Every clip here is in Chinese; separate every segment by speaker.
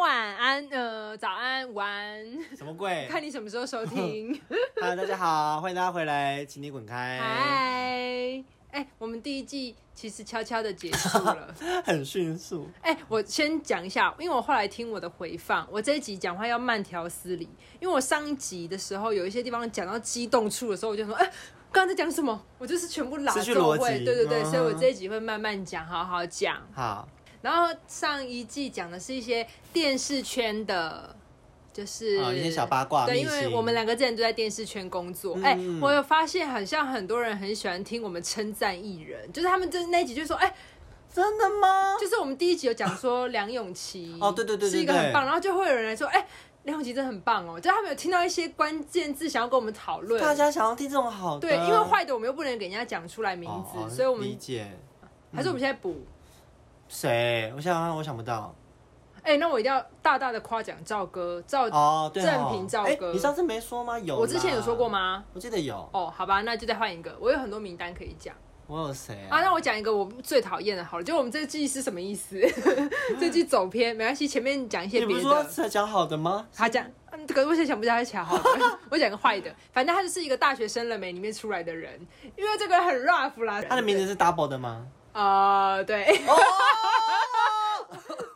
Speaker 1: 晚安，呃，早安，午安，
Speaker 2: 什么鬼？
Speaker 1: 看你什么时候收 听。
Speaker 2: Hello，大家好，欢迎大家回来，请你滚开。
Speaker 1: 嗨，哎，我们第一季其实悄悄的结束了。
Speaker 2: 很迅速，
Speaker 1: 哎、我先讲一下，因为我后来听我的回放，我这一集讲话要慢条斯理，因为我上一集的时候有一些地方讲到激动处的时候，我就说，哎、刚刚在讲什么？我就是全部拉
Speaker 2: 失去
Speaker 1: 走
Speaker 2: 逻
Speaker 1: 位，
Speaker 2: 辑
Speaker 1: 对对对，
Speaker 2: 嗯
Speaker 1: 所以我这一集会慢慢讲，好好讲。
Speaker 2: 好，
Speaker 1: 然后上一季讲的是一些电视圈的，就是、
Speaker 2: 哦一些小八卦
Speaker 1: 对，
Speaker 2: 秘
Speaker 1: 因
Speaker 2: 辛
Speaker 1: 为我们两个之前都在电视圈工作，
Speaker 2: 嗯
Speaker 1: 哎、我有发现，好像很多人很喜欢听我们称赞艺人，就是他们真的那一集就说，哎、
Speaker 2: 啊真的吗？
Speaker 1: 就是我们第一集有讲说梁咏琪，
Speaker 2: 哦对对对对
Speaker 1: 是一个很
Speaker 2: 对
Speaker 1: 棒，然后就会有人来说，哎、梁咏琪真的很棒哦，就他们有听到一些关键字想要跟我们讨论，
Speaker 2: 大家想要听这种好的，
Speaker 1: 对，因为坏的我们又不能给人家讲出来名字，
Speaker 2: 哦哦
Speaker 1: 所以我
Speaker 2: 理
Speaker 1: 们
Speaker 2: 解
Speaker 1: 还是我们现在补。
Speaker 2: 谁？我想想看，我想不到
Speaker 1: 哎、那我一定要大大的夸奖赵哥，赵
Speaker 2: 哦。对哦，
Speaker 1: 正品呃赵
Speaker 2: 哎
Speaker 1: 哥
Speaker 2: 你上次没说吗？有，
Speaker 1: 我之前有说过？吗？
Speaker 2: 我记得有。
Speaker 1: 哦，好吧，那就再换一个。我有很多名单可以讲
Speaker 2: 我有谁
Speaker 1: 啊，
Speaker 2: 啊？
Speaker 1: 那我讲一个我最讨厌的，好了，就我们这季是什么 意思？这季走偏没关系，前面讲一些
Speaker 2: 你不是
Speaker 1: 别
Speaker 2: 说
Speaker 1: 的。
Speaker 2: 才讲好的吗？
Speaker 1: 他讲，嗯，可是我现在想不起来他讲好的，我讲个坏的，反正他就是一个大学生了没里面出来的人，因为这个很 rough 啦。
Speaker 2: 他的名字是 double 的吗？
Speaker 1: 啊，对。
Speaker 2: 哦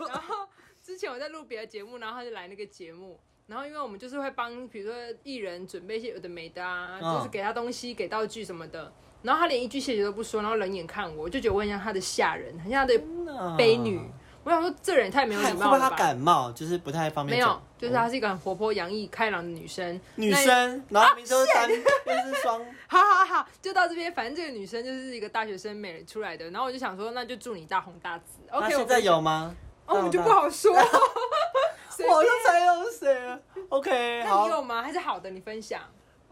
Speaker 1: 然后之前我在录别的节目，然后他就来那个节目，然后因为我们就是会帮，比如说艺人准备一些有的没的啊，
Speaker 2: 嗯
Speaker 1: 就是给他东西、给道具什么的。然后他连一句谢谢都不说，然后冷眼看我，我就觉得我很像他的下人，很像他的
Speaker 2: 真的
Speaker 1: 悲女。我想说，这人也太没有
Speaker 2: 会
Speaker 1: 礼
Speaker 2: 不
Speaker 1: 貌
Speaker 2: 会
Speaker 1: 了
Speaker 2: 他
Speaker 1: 吧？
Speaker 2: 感嗯冒？就是不太方便
Speaker 1: 没
Speaker 2: 讲。
Speaker 1: 有，就是她是一个很活泼、洋溢、开朗的女生。
Speaker 2: 女生，然后名字都是
Speaker 1: 啊
Speaker 2: 单，又是双，
Speaker 1: 好好好，就到这边。反正这个女生就是一个大学生美出来的，然后我就想说，那就祝你大红大紫。
Speaker 2: 那
Speaker 1: OK，我
Speaker 2: 现在
Speaker 1: 们
Speaker 2: 有吗？
Speaker 1: 哦，我们就不好说。随
Speaker 2: 我这才有谁啊？OK，
Speaker 1: 那你
Speaker 2: 好，
Speaker 1: 有吗？还是好的，你分享。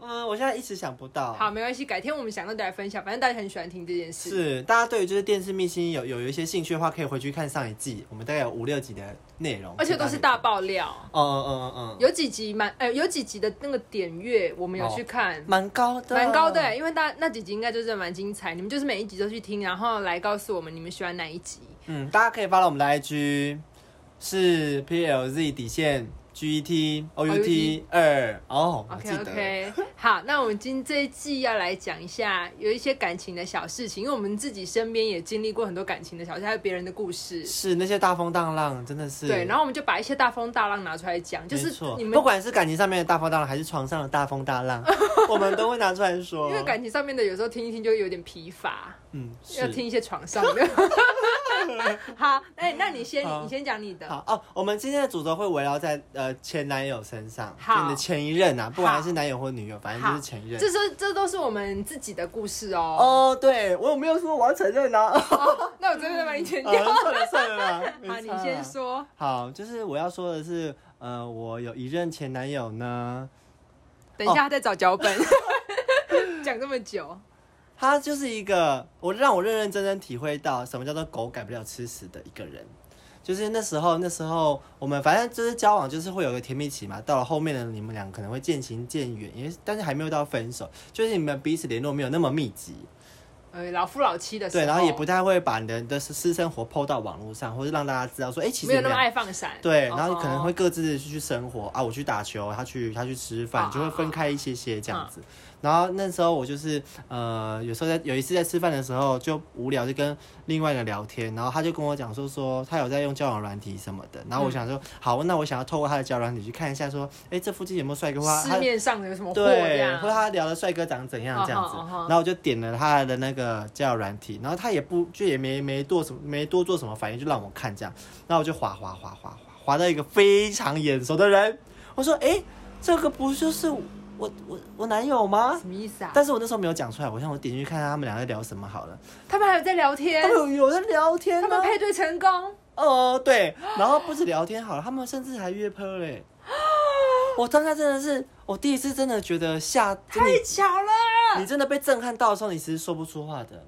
Speaker 2: 嗯，我现在一时想不到。
Speaker 1: 好，没关系，改天我们想到再来分享。反正大家很喜欢听这件事。
Speaker 2: 是大家对于就是电视秘辛有有有一些兴趣的话，可以回去看上一季，我们大概有五六集的内容，
Speaker 1: 而且都是大爆料，
Speaker 2: 嗯嗯嗯嗯嗯，
Speaker 1: 有几集蛮呃，有几集的那个点阅我们有去看，
Speaker 2: 蛮高的，
Speaker 1: 蛮高的、因为大那几集应该就是蛮精彩。你们就是每一集都去听，然后来告诉我们你们喜欢哪一集。
Speaker 2: 嗯，大家可以发到我们的 IG 是 PLZ 底线 E GET OUT 二哦，我记
Speaker 1: OK
Speaker 2: 得
Speaker 1: OK，好， 那我们今这一季要来讲一下有一些感情的小事情，因为我们自己身边也经历过很多感情的小事，还有别人的故事。
Speaker 2: 是那些大风大浪，真的是
Speaker 1: 对，然后我们就把一些大风大浪拿出来讲，就
Speaker 2: 没
Speaker 1: 是
Speaker 2: 错
Speaker 1: 你，们
Speaker 2: 不管是感情上面的大风大浪，还是床上的大风大 浪，我们都会拿出来说，
Speaker 1: 因为感情上面的有时候听一听就有点疲乏，
Speaker 2: 嗯哦是
Speaker 1: 要听一些床上的。 好，哎、那你先，
Speaker 2: 好
Speaker 1: 你先讲你的。
Speaker 2: 好哦，我们今天的主轴会围绕在呃前男友身上，
Speaker 1: 好
Speaker 2: 就你的前一任啊，不
Speaker 1: 好
Speaker 2: 管是男友或女友，反正就
Speaker 1: 好
Speaker 2: 是前一任。
Speaker 1: 这是这都是我们自己的故事哦。
Speaker 2: 哦，对我有没有说我要承认呢、啊？
Speaker 1: 哦那我真的把 你剪
Speaker 2: 啊
Speaker 1: 掉。
Speaker 2: 算了算了 啦，嗯没
Speaker 1: 好，你
Speaker 2: 差啦
Speaker 1: 先。说。
Speaker 2: 好，就是我要说的是，呃，我有一任前男友呢，
Speaker 1: 等一下，他在找脚
Speaker 2: 哦
Speaker 1: 本。 讲这么久，
Speaker 2: 他就是一个我让我认认真真体会到什么叫做狗改不了吃屎的一个人。就是那时候，那时候我们反正就是交往，就是会有个甜蜜期嘛。到了后面呢，你们俩可能会渐行渐远，也但是还没有到分手，就是你们彼此联络没有那么密集。
Speaker 1: 呃，老夫老妻的时候，
Speaker 2: 对，然后也不太会把你的的私私生活抛到网络上，或是让大家知道说，哎、其实
Speaker 1: 没有
Speaker 2: 你
Speaker 1: 那
Speaker 2: 们
Speaker 1: 么
Speaker 2: 俩
Speaker 1: 爱放闪。
Speaker 2: 对，
Speaker 1: 哦
Speaker 2: 然后可能会各自去生活啊，我去打球，他去他去吃
Speaker 1: 啊
Speaker 2: 饭，就会分开一些些这样子。然后那时候我就是呃，有时候在有一次在吃饭的时候就无聊，就跟另外一个聊天，然后他就跟我讲说说他有在用交友软体什么的，然后我想说、好，那我想要透过他的交友软体去看一下说，哎，这附近有没有帅哥或他
Speaker 1: 市面上的有什么货这
Speaker 2: 对，
Speaker 1: 样
Speaker 2: 或者他聊的帅哥长怎样这样子
Speaker 1: 哦哦哦哦
Speaker 2: 然后我就点了他的那个交友软体，然后他也不就也没没做什么，没多做什么反应，就让我看这样，然后我就滑滑滑滑滑滑到一个非常眼熟的人，我说诶，这个不就是我我我我男友吗？
Speaker 1: 什么意思啊？
Speaker 2: 但是我那时候没有讲出来，我想我点进去看看他们俩在聊什么好了。
Speaker 1: 他们还有在聊天
Speaker 2: 他，们有有在聊天、
Speaker 1: 他
Speaker 2: 吗？
Speaker 1: 们配对成功。
Speaker 2: 哦，对，然后不止聊天好了，他们甚至还约炮嘞。我当下真的是，我第一次真的觉得吓，真的
Speaker 1: 太巧了！
Speaker 2: 你真的被震撼到的时候，你其实说不出话的，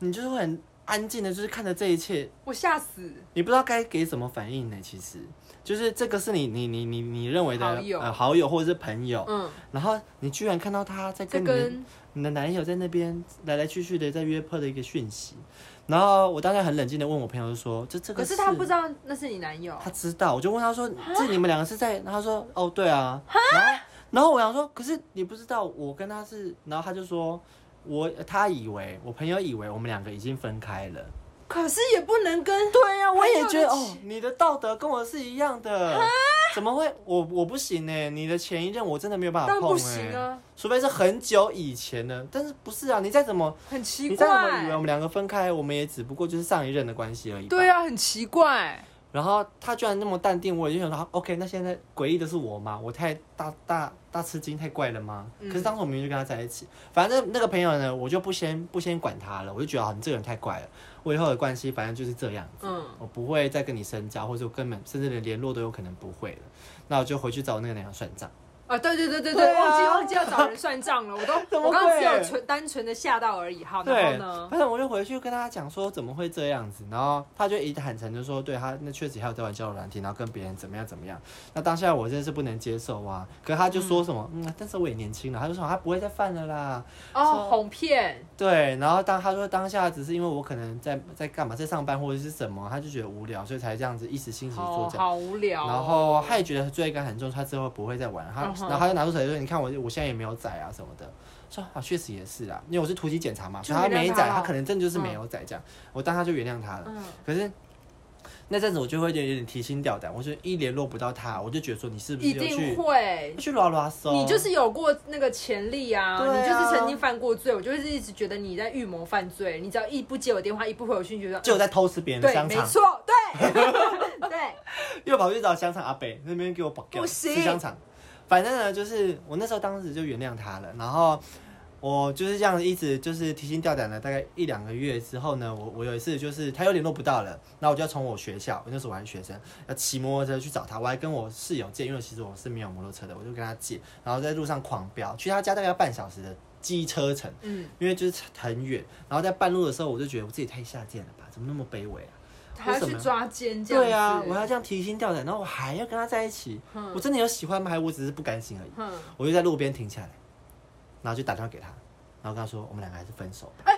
Speaker 2: 你就是会很安静的，就是看着这一切，
Speaker 1: 我吓死。
Speaker 2: 你不知道该给什么反应呢。其实，就是这个是你你你你你认为的
Speaker 1: 好友
Speaker 2: 呃好友或者是朋友，
Speaker 1: 嗯，
Speaker 2: 然后你居然看到他在
Speaker 1: 这
Speaker 2: 跟你的
Speaker 1: 跟
Speaker 2: 你的男友在那边来来去去的在约炮的一个讯息，然后我当时很冷静的问我朋友说，这这个
Speaker 1: 可是他不知道那是你男友，
Speaker 2: 他知道，我就问他说：“这你们两个是在？”然后他说：“哦，对啊。”然后，然后我想说：“可是你不知道我跟他是……”然后他就说：“我他以为我朋友以为我们两个已经分开了。
Speaker 1: 可是也不能跟”
Speaker 2: 对呀、我也觉得
Speaker 1: 朋友的
Speaker 2: 哦，你的道德跟我是一样的，怎么会？我我不行呢、欸你的前一任我真的没有办法
Speaker 1: 但
Speaker 2: 碰、欸，
Speaker 1: 不行啊，
Speaker 2: 除非是很久以前的。但是不是啊？你再怎么，
Speaker 1: 很奇
Speaker 2: 你再怎么以为
Speaker 1: 怪
Speaker 2: 我。们两个分开，我们也只不过就是上一任的关系而已。
Speaker 1: 对。啊，很奇怪。
Speaker 2: 然后他居然那么淡定，我也就想说，OK，那现在诡异的是我吗？我太大大大吃惊，太怪了吗？
Speaker 1: 嗯
Speaker 2: 可是当时我明明就跟他在一起，反正那个朋友呢，我就不先不先管他了，我就觉得啊，你这个人太怪了，我以后的关系反正就是这样子，
Speaker 1: 嗯
Speaker 2: 我不会再跟你深交，或者我根本甚至连联络都有可能不会了。那我就回去找那个男生算账。
Speaker 1: 啊，对对对对
Speaker 2: 对
Speaker 1: 对，
Speaker 2: 啊
Speaker 1: 忘记忘记要找人算账了，我都
Speaker 2: 怎么
Speaker 1: 我刚刚只有
Speaker 2: 会
Speaker 1: 纯单纯的吓到而已。好，然后
Speaker 2: 对，
Speaker 1: 呢？哦
Speaker 2: 反正我就回去跟他讲说怎么会这样子，然后他就一坦诚就说，对他那确实还有在玩交友软体，然后跟别人怎么样怎么样。那当下我真的是不能接受啊，可是他就说什么，嗯但是我也年轻了，他就说他不会再犯了啦。
Speaker 1: 哦，哄骗，
Speaker 2: 对，然后当他说当下只是因为我可能在在干嘛，在上班或者是什么，他就觉得无聊，所以才这样子一时兴起
Speaker 1: 好
Speaker 2: 做这样。
Speaker 1: 好无聊哦。
Speaker 2: 然后他也觉得罪恶感很重，他之后不会再玩了。他
Speaker 1: 嗯哼
Speaker 2: 然后他就拿出手机说：“你看我，我现在也没有载啊什么的。”说啊，确实也是啊，因为我是突击检查嘛，
Speaker 1: 就
Speaker 2: 所以他没
Speaker 1: 原谅他
Speaker 2: 载，
Speaker 1: 了
Speaker 2: 他可能真的就是没有载这样。我当他就原谅他了。
Speaker 1: 哦嗯，
Speaker 2: 可是那阵子我就会有点有点提心吊胆，我就一联络不到他，我就觉得说你是不是
Speaker 1: 一
Speaker 2: 又
Speaker 1: 定
Speaker 2: 去
Speaker 1: 会
Speaker 2: 又。去拉拉搜？
Speaker 1: 你就是有过那个潜力啊，
Speaker 2: 对啊
Speaker 1: 你就是曾经犯过罪，我就是一直觉得你在预谋犯罪。你只要一不接我电话，一不回我讯息，就
Speaker 2: 就有在偷吃别人的
Speaker 1: 对，
Speaker 2: 香
Speaker 1: 没
Speaker 2: 肠，
Speaker 1: 错， 对，对，
Speaker 2: 又跑去找香肠阿北那边给我绑架
Speaker 1: 不行
Speaker 2: 吃香肠。反正呢，就是我那时候当时就原谅他了，然后我就是这样一直就是提心吊胆了，大概一两个月之后呢，我我有一次就是他又联络不到了，然后我就要从我学校，我那时候我还是学生，要骑摩托车去找他，我还跟我室友借，因为其实我是没有摩托车的，我就跟他借，然后在路上狂飙，去他家大概要半小时的机车程，
Speaker 1: 嗯，
Speaker 2: 因为就是很远，然后在半路的时候我就觉得我自己太下贱了吧，怎么那么卑微啊？
Speaker 1: 还要
Speaker 2: 为
Speaker 1: 去
Speaker 2: 什么
Speaker 1: 抓奸这样子。
Speaker 2: 对啊，我要这样提心吊胆，然后我还要跟他在一起，
Speaker 1: 嗯
Speaker 2: 我真的有喜欢吗？还是我只是不甘心而已？
Speaker 1: 嗯，
Speaker 2: 我就在路边停下来，然后就打电话给他，然后跟他说我们两个还是分手吧。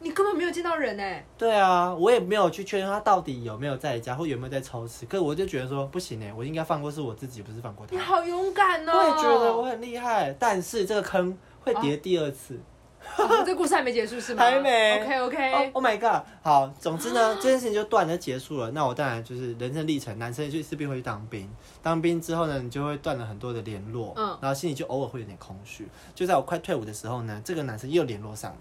Speaker 1: 你根本没有见到人哎，
Speaker 2: 对啊，我也没有去确认他到底有没有在家或有没有在抽吃，可是我就觉得说不行哎、我应该放过是我自己，不是放过他
Speaker 1: 你。好勇敢哦。
Speaker 2: 我也觉得我很厉害，但是这个坑会跌第二次。
Speaker 1: 哦这故事还没结束是吗？
Speaker 2: 还没
Speaker 1: OK
Speaker 2: 哦
Speaker 1: OK，
Speaker 2: oh my god！好，总之 呢，这件事情就断了，结束了。那我当然就是人生历程，男生就势必会去当兵。当兵之后呢，你就会断了很多的联络，
Speaker 1: 嗯
Speaker 2: 然后心里就偶尔会有点空虚。就在我快退伍的时候呢，这个男生又联络上了。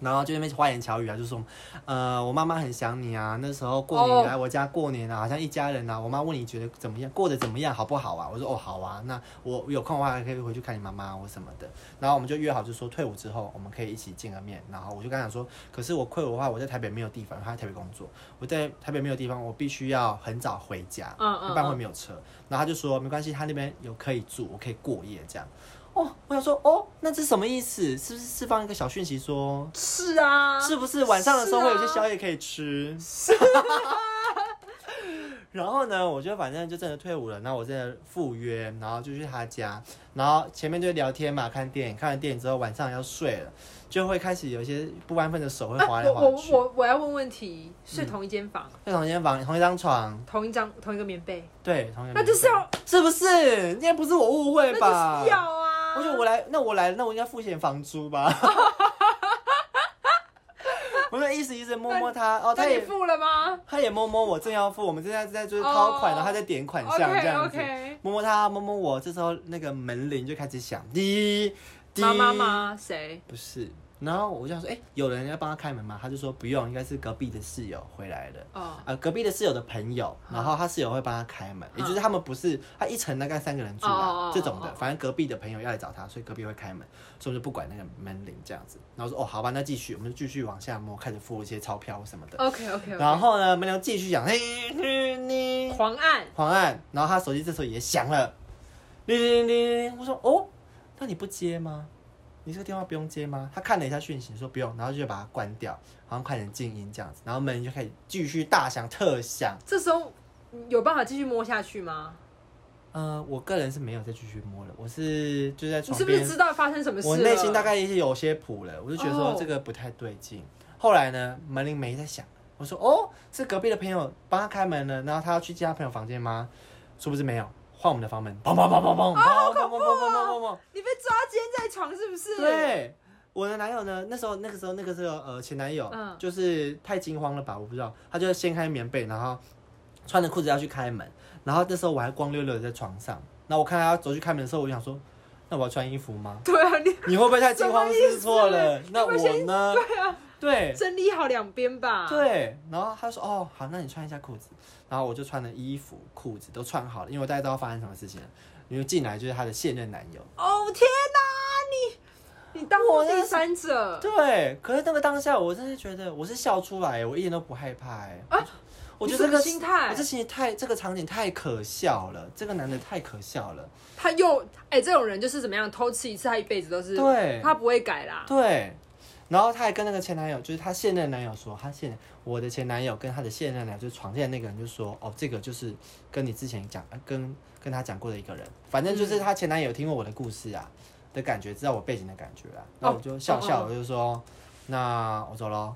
Speaker 2: 然后就在那边花言巧语啊，就说，呃，我妈妈很想你啊，那时候过年
Speaker 1: 哦
Speaker 2: 你来我家过年啊，好像一家人啊。我妈问你觉得怎么样，过得怎么样，好不好啊？我说哦，好啊，那我有空的话可以回去看你妈妈或什么的。然后我们就约好，就说退伍之后我们可以一起见个面。然后我就跟他讲说，可是我退伍的话，我在台北没有地方，他在台北工作，我在台北没有地方，我必须要很早回家，
Speaker 1: 嗯
Speaker 2: 哦
Speaker 1: 嗯
Speaker 2: 一般会没有车。然后他就说没关系，他那边有可以住，我可以过夜这样。哦，我想说，哦，那这什么意思？是不是释放一个小讯息说，
Speaker 1: 是啊，
Speaker 2: 是不是晚上的时候
Speaker 1: 是
Speaker 2: 会
Speaker 1: 啊
Speaker 2: 有一些宵夜可以吃？ 然后呢，我就反正就真的退伍了，然后我真的赴约，然后就去他家，然后前面就聊天嘛，看电影，看完电影之后晚上要睡了，就会开始有一些不安分的手会
Speaker 1: 啊
Speaker 2: 滑来
Speaker 1: 我
Speaker 2: 滑
Speaker 1: 我
Speaker 2: 去。嗯
Speaker 1: 我我要问问题，睡同一间房，
Speaker 2: 在同一间房，同一张床，
Speaker 1: 同一张同一个棉被，
Speaker 2: 对，同一间
Speaker 1: 那就是
Speaker 2: 房
Speaker 1: 要
Speaker 2: 是不是？今天不是我误会
Speaker 1: 那
Speaker 2: 嗯吧？
Speaker 1: 就是要啊。
Speaker 2: 我觉得我来，那我来，那我应该付钱房租 吧。我就意思意思摸摸他，哦，
Speaker 1: 那
Speaker 2: 他
Speaker 1: 你
Speaker 2: 也
Speaker 1: 付了吗
Speaker 2: 他也摸摸我，正要付，我们正在在就是掏款，然
Speaker 1: 哦
Speaker 2: 后他在点款项这
Speaker 1: ？OK
Speaker 2: 样子，
Speaker 1: OK，
Speaker 2: 摸摸他，摸摸我。这时候那个门铃就开始响，滴滴，
Speaker 1: 妈妈？吗？谁？
Speaker 2: 不是。然后我就想说，哎、有人要帮他开门吗？他就说不用，应该是隔壁的室友回来了。
Speaker 1: 哦，
Speaker 2: 呃，隔壁的室友的朋友，然后他室友会帮他开门，也就是他们不是他一层大概三个人住
Speaker 1: 哦
Speaker 2: 吧
Speaker 1: 哦，
Speaker 2: 这种的
Speaker 1: 哦，
Speaker 2: 反正隔壁的朋友要来找他，所以隔壁会开门，所以我们就不管那个门铃这样子。然后说哦，好吧，那继续，我们就继续往下摸，开始付一些钞票什么的。
Speaker 1: OK OK，
Speaker 2: 然后呢，门铃继续响，嘿，你
Speaker 1: 狂按，
Speaker 2: 黄案，然后他手机这时候也响了，铃铃铃铃，我说哦，那你不接吗？你这个电话不用接吗？他看了一下讯息，说不用，然后就把它关掉，好像快点静音这样子，然后门就开始继续大响特响。
Speaker 1: 这时候嗯有办法继续摸下去吗？
Speaker 2: 呃，我个人是没有再继续摸了，我是就在
Speaker 1: 你
Speaker 2: 床
Speaker 1: 是
Speaker 2: 边，
Speaker 1: 不是知道发生什么事了？
Speaker 2: 我内心大概也是有些谱了，我就觉得说
Speaker 1: 哦
Speaker 2: 这个不太对劲。后来呢，门铃没在响，我说哦，是隔壁的朋友帮他开门了，然后他要去接他朋友房间吗？殊不知没有，换我们的房门，砰砰砰砰砰，
Speaker 1: 啊
Speaker 2: 砰砰砰砰砰砰砰。
Speaker 1: 你被抓奸在床是不啊是？，
Speaker 2: 对，我的男友呢，那时候那个时候那个时候呃前男友，
Speaker 1: 嗯
Speaker 2: 就是太惊慌了吧，我不知道，他就掀开棉被，然后穿着裤子要去开门，然后那时候我还光溜溜的在床上，那我看他要走去开门的时候，我就想说，那我要穿衣服吗？
Speaker 1: 对啊，你
Speaker 2: 你会不会太惊慌失措了？那
Speaker 1: 要不要
Speaker 2: 我呢？对啊，对。
Speaker 1: 整理好两边吧。，
Speaker 2: 对，然后他说：“哦，好，那你穿一下裤子。”然后我就穿了衣服、裤子都穿好了，因为我大概知道发生什么事情了。因为进来就是他的现任男友，
Speaker 1: 哦天哪，你你当我
Speaker 2: 我那
Speaker 1: 第
Speaker 2: 是
Speaker 1: 三者，
Speaker 2: 对，可是那个当下，我真的觉得我是笑出来，我一点都不害怕哎、
Speaker 1: 啊
Speaker 2: 我觉
Speaker 1: 你
Speaker 2: 得这
Speaker 1: 什么
Speaker 2: 个
Speaker 1: 心态
Speaker 2: 我这心情太这个场景太可笑了，这个男的太可笑了。
Speaker 1: 他又哎、这种人就是怎么样，偷吃一次他一辈子都是，
Speaker 2: 对
Speaker 1: 他不会改 啦。
Speaker 2: 对，然后他还跟那个前男友，就是他现任男友说，他现我的前男友跟他的现任男友，就是床前那个人就说，哦，这个就是跟你之前讲呃跟跟他讲过的一个人，反正就是他前男友听过我的故事啊、的感觉，知道我背景的感觉啊，那我就笑笑，
Speaker 1: 哦
Speaker 2: 我就说，那我走喽。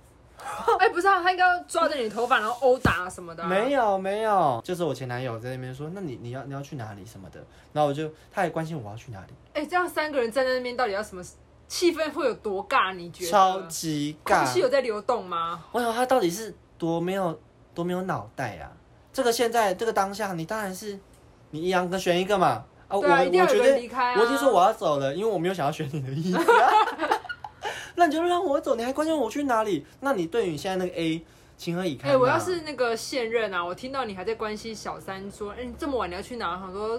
Speaker 1: 哎、不是啊，他应该要抓着你的头发，然后殴打什么的、啊。
Speaker 2: 没有没有，就是我前男友在那边说，那你你要你要去哪里什么的，然后我就他还关心我要去哪里，
Speaker 1: 哎、这样三个人站在那边，到底要什么气氛会有多尬？你觉得？
Speaker 2: 超级
Speaker 1: 空气有
Speaker 2: 尬。
Speaker 1: 在流动吗？
Speaker 2: 我哎想他到底是多没有多没有脑袋啊！这个现在这个当下，你当然是你一两个选一个嘛啊！我
Speaker 1: 对啊，一定
Speaker 2: 我
Speaker 1: 要
Speaker 2: 觉
Speaker 1: 有人
Speaker 2: 得
Speaker 1: 离开啊！
Speaker 2: 我已经说我要走了，因为我没有想要选你的意思、啊。 那你就让我走，你还关心我去哪里？那你对于现在那个 A 情何以
Speaker 1: 哎、
Speaker 2: 堪、啊？
Speaker 1: 我要是那个现任啊，我听到你还在关心小三，说，哎、你这么晚你要去哪？我想说，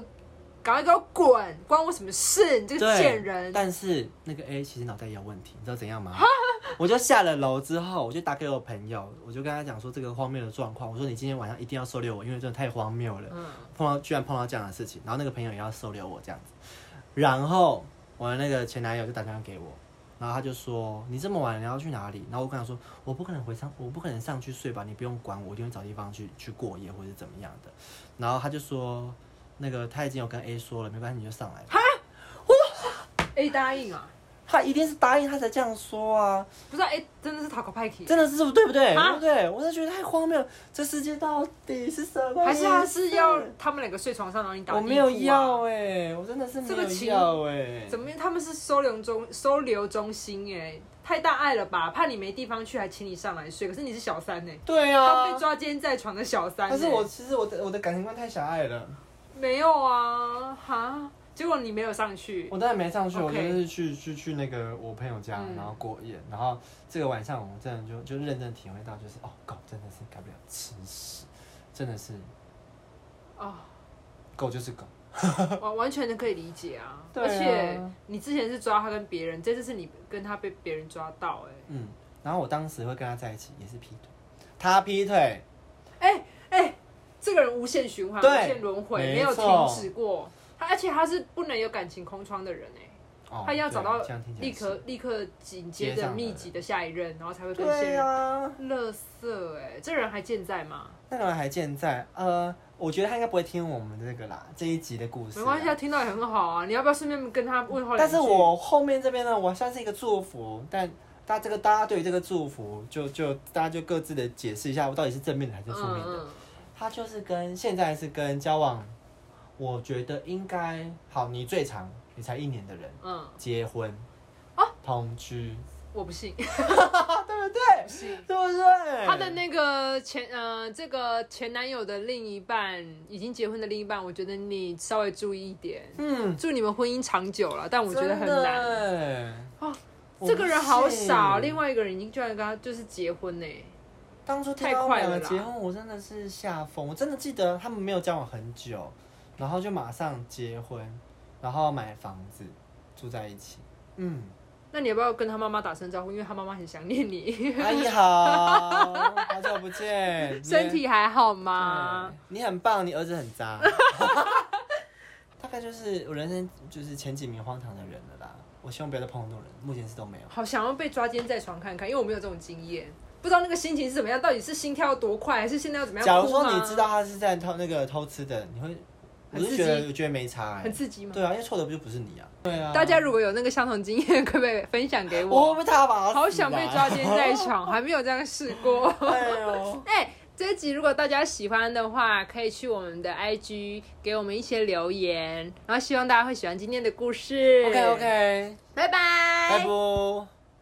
Speaker 1: 赶快给我滚，关我什么事？你这个
Speaker 2: 对
Speaker 1: 贱人！
Speaker 2: 但是那个 A 其实脑袋也有问题，你知道怎样吗？我就下了楼之后，我就打给我朋友，我就跟他讲说这个荒谬的状况，我说你今天晚上一定要收留我，因为真的太荒谬了，
Speaker 1: 嗯，
Speaker 2: 碰到居然碰到这样的事情，然后那个朋友也要收留我这样子。然后我的那个前男友就打电话给我，然后他就说你这么晚你要去哪里？然后我跟他说我不可能回上，我不可能上去睡吧，你不用管我，我一定会找地方去去过夜或者怎么样的。然后他就说那个他已经有跟 A 说了，没关系你就上来吧。
Speaker 1: A 答应啊，
Speaker 2: 他一定是答应他才这样说啊，
Speaker 1: 不是啊 A、真的是塔口派克，
Speaker 2: 真的是对不对？
Speaker 1: 啊
Speaker 2: 对不对？我是觉得太荒谬了，这世界到底是什么意思？
Speaker 1: 还是他是要他们两个睡床上，然后你打、
Speaker 2: 我没有要，哎、我真的是没
Speaker 1: 啊这个
Speaker 2: 有
Speaker 1: 情
Speaker 2: 要哎、
Speaker 1: 怎么样？他们是收留中收留中心哎、太大爱了吧？怕你没地方去，还请你上来睡。可是你是小三呢、
Speaker 2: 对
Speaker 1: 他被
Speaker 2: 啊，
Speaker 1: 抓奸在床的小三、欸。
Speaker 2: 但是我其实我的我的感情观太狭隘了，
Speaker 1: 没有啊，哈，结果你没有上去，
Speaker 2: 我当然没上去
Speaker 1: OK
Speaker 2: 我就是去去去那个我朋友家，
Speaker 1: 嗯
Speaker 2: 然后过夜，然后这个晚上我真的就就认真体会到，就是哦，狗真的是改不了吃屎，真的是
Speaker 1: 哦，
Speaker 2: 狗就是狗，
Speaker 1: 完 完全的可以理解啊。
Speaker 2: 对啊
Speaker 1: 而且你之前是抓他跟别人，这次是你跟他被别人抓到、
Speaker 2: 嗯，然后我当时会跟他在一起也是劈腿，他劈腿。
Speaker 1: 哎，哎哎、这个人无限循环，
Speaker 2: 对
Speaker 1: 无限轮回，
Speaker 2: 没
Speaker 1: 没有停
Speaker 2: 错
Speaker 1: 止过。他而且他是不能有感情空窗的人哎、
Speaker 2: 哦
Speaker 1: 他要找到
Speaker 2: 对这样听起来
Speaker 1: 立刻
Speaker 2: 是
Speaker 1: 立刻紧接
Speaker 2: 接
Speaker 1: 着
Speaker 2: 上的
Speaker 1: 密集的下一任，然后才会跟现
Speaker 2: 对
Speaker 1: 任。
Speaker 2: 啊，
Speaker 1: 乐色哎，这人还健在吗？
Speaker 2: 那个人还健在。呃，我觉得他应该不会听我们的这个啦，这一集的故事。
Speaker 1: 没关系，他。听到也很好啊。你要不要顺便跟他问
Speaker 2: 啊
Speaker 1: 候两
Speaker 2: 但
Speaker 1: 句？
Speaker 2: 是我后面这边呢，我算是一个祝福，但大家这个大家对于这个祝福，就就大家就各自的解释一下，我到底是正面的还是
Speaker 1: 嗯
Speaker 2: 负面的。
Speaker 1: 嗯，
Speaker 2: 他就是跟现在是跟交往，我觉得应该好，你最长你才一年的人
Speaker 1: 嗯，
Speaker 2: 结婚
Speaker 1: 哦，
Speaker 2: 同居，
Speaker 1: 我不信，
Speaker 2: 对 不对？
Speaker 1: 不信。
Speaker 2: 对不对？
Speaker 1: 他的那个前呃，这个前男友的另一半，已经结婚的另一半，我觉得你稍微注意一点，
Speaker 2: 嗯，
Speaker 1: 祝你们婚姻长久了。但我觉得很难，
Speaker 2: 难
Speaker 1: 哦。这个人好傻哦，另
Speaker 2: 外，
Speaker 1: 外一个人已经居然跟他就是结婚呢，
Speaker 2: 当初听
Speaker 1: 太
Speaker 2: 到
Speaker 1: 快
Speaker 2: 两
Speaker 1: 了
Speaker 2: 个
Speaker 1: 啦
Speaker 2: 结婚，我真的是吓疯。我真的记得他们没有交往很久，然后就马上结婚，然后买房子，住在一起。 嗯，
Speaker 1: 那你要不要跟他妈妈打声招呼？因为他妈妈很想念 你，
Speaker 2: 阿姨好，好久不见，你
Speaker 1: 身体还好啊吗
Speaker 2: 对？你很棒，你儿子很渣。 大概就是我人生就是前几名荒唐的人了啦。我希望不要再碰到这种人，目前是都没有。
Speaker 1: 好想要被抓奸在床看看，因为我没有这种经验，不知道那个心情是怎么样，到底是心跳多快，还是现在要怎么样？啊
Speaker 2: 假如说
Speaker 1: 哭吗
Speaker 2: 你知道他是在偷那个偷吃的，你会我
Speaker 1: 很
Speaker 2: 是
Speaker 1: 刺
Speaker 2: 觉得
Speaker 1: 激，
Speaker 2: 我觉得没差哎、
Speaker 1: 很刺激吗？
Speaker 2: 对啊，因为错的不就不是你啊？对啊，
Speaker 1: 大家如果有那个相同经验，可不可以分享给
Speaker 2: 我
Speaker 1: 我？
Speaker 2: 会被他把、
Speaker 1: 好想被 抓！奸在床，还没有这样试过。
Speaker 2: 哎呦，
Speaker 1: 哎、这一集如果大家喜欢的话，可以去我们的 IG 给我们一些留言，然后希望大家会喜欢今天的故事。
Speaker 2: OK OK，
Speaker 1: 拜拜，
Speaker 2: 拜拜。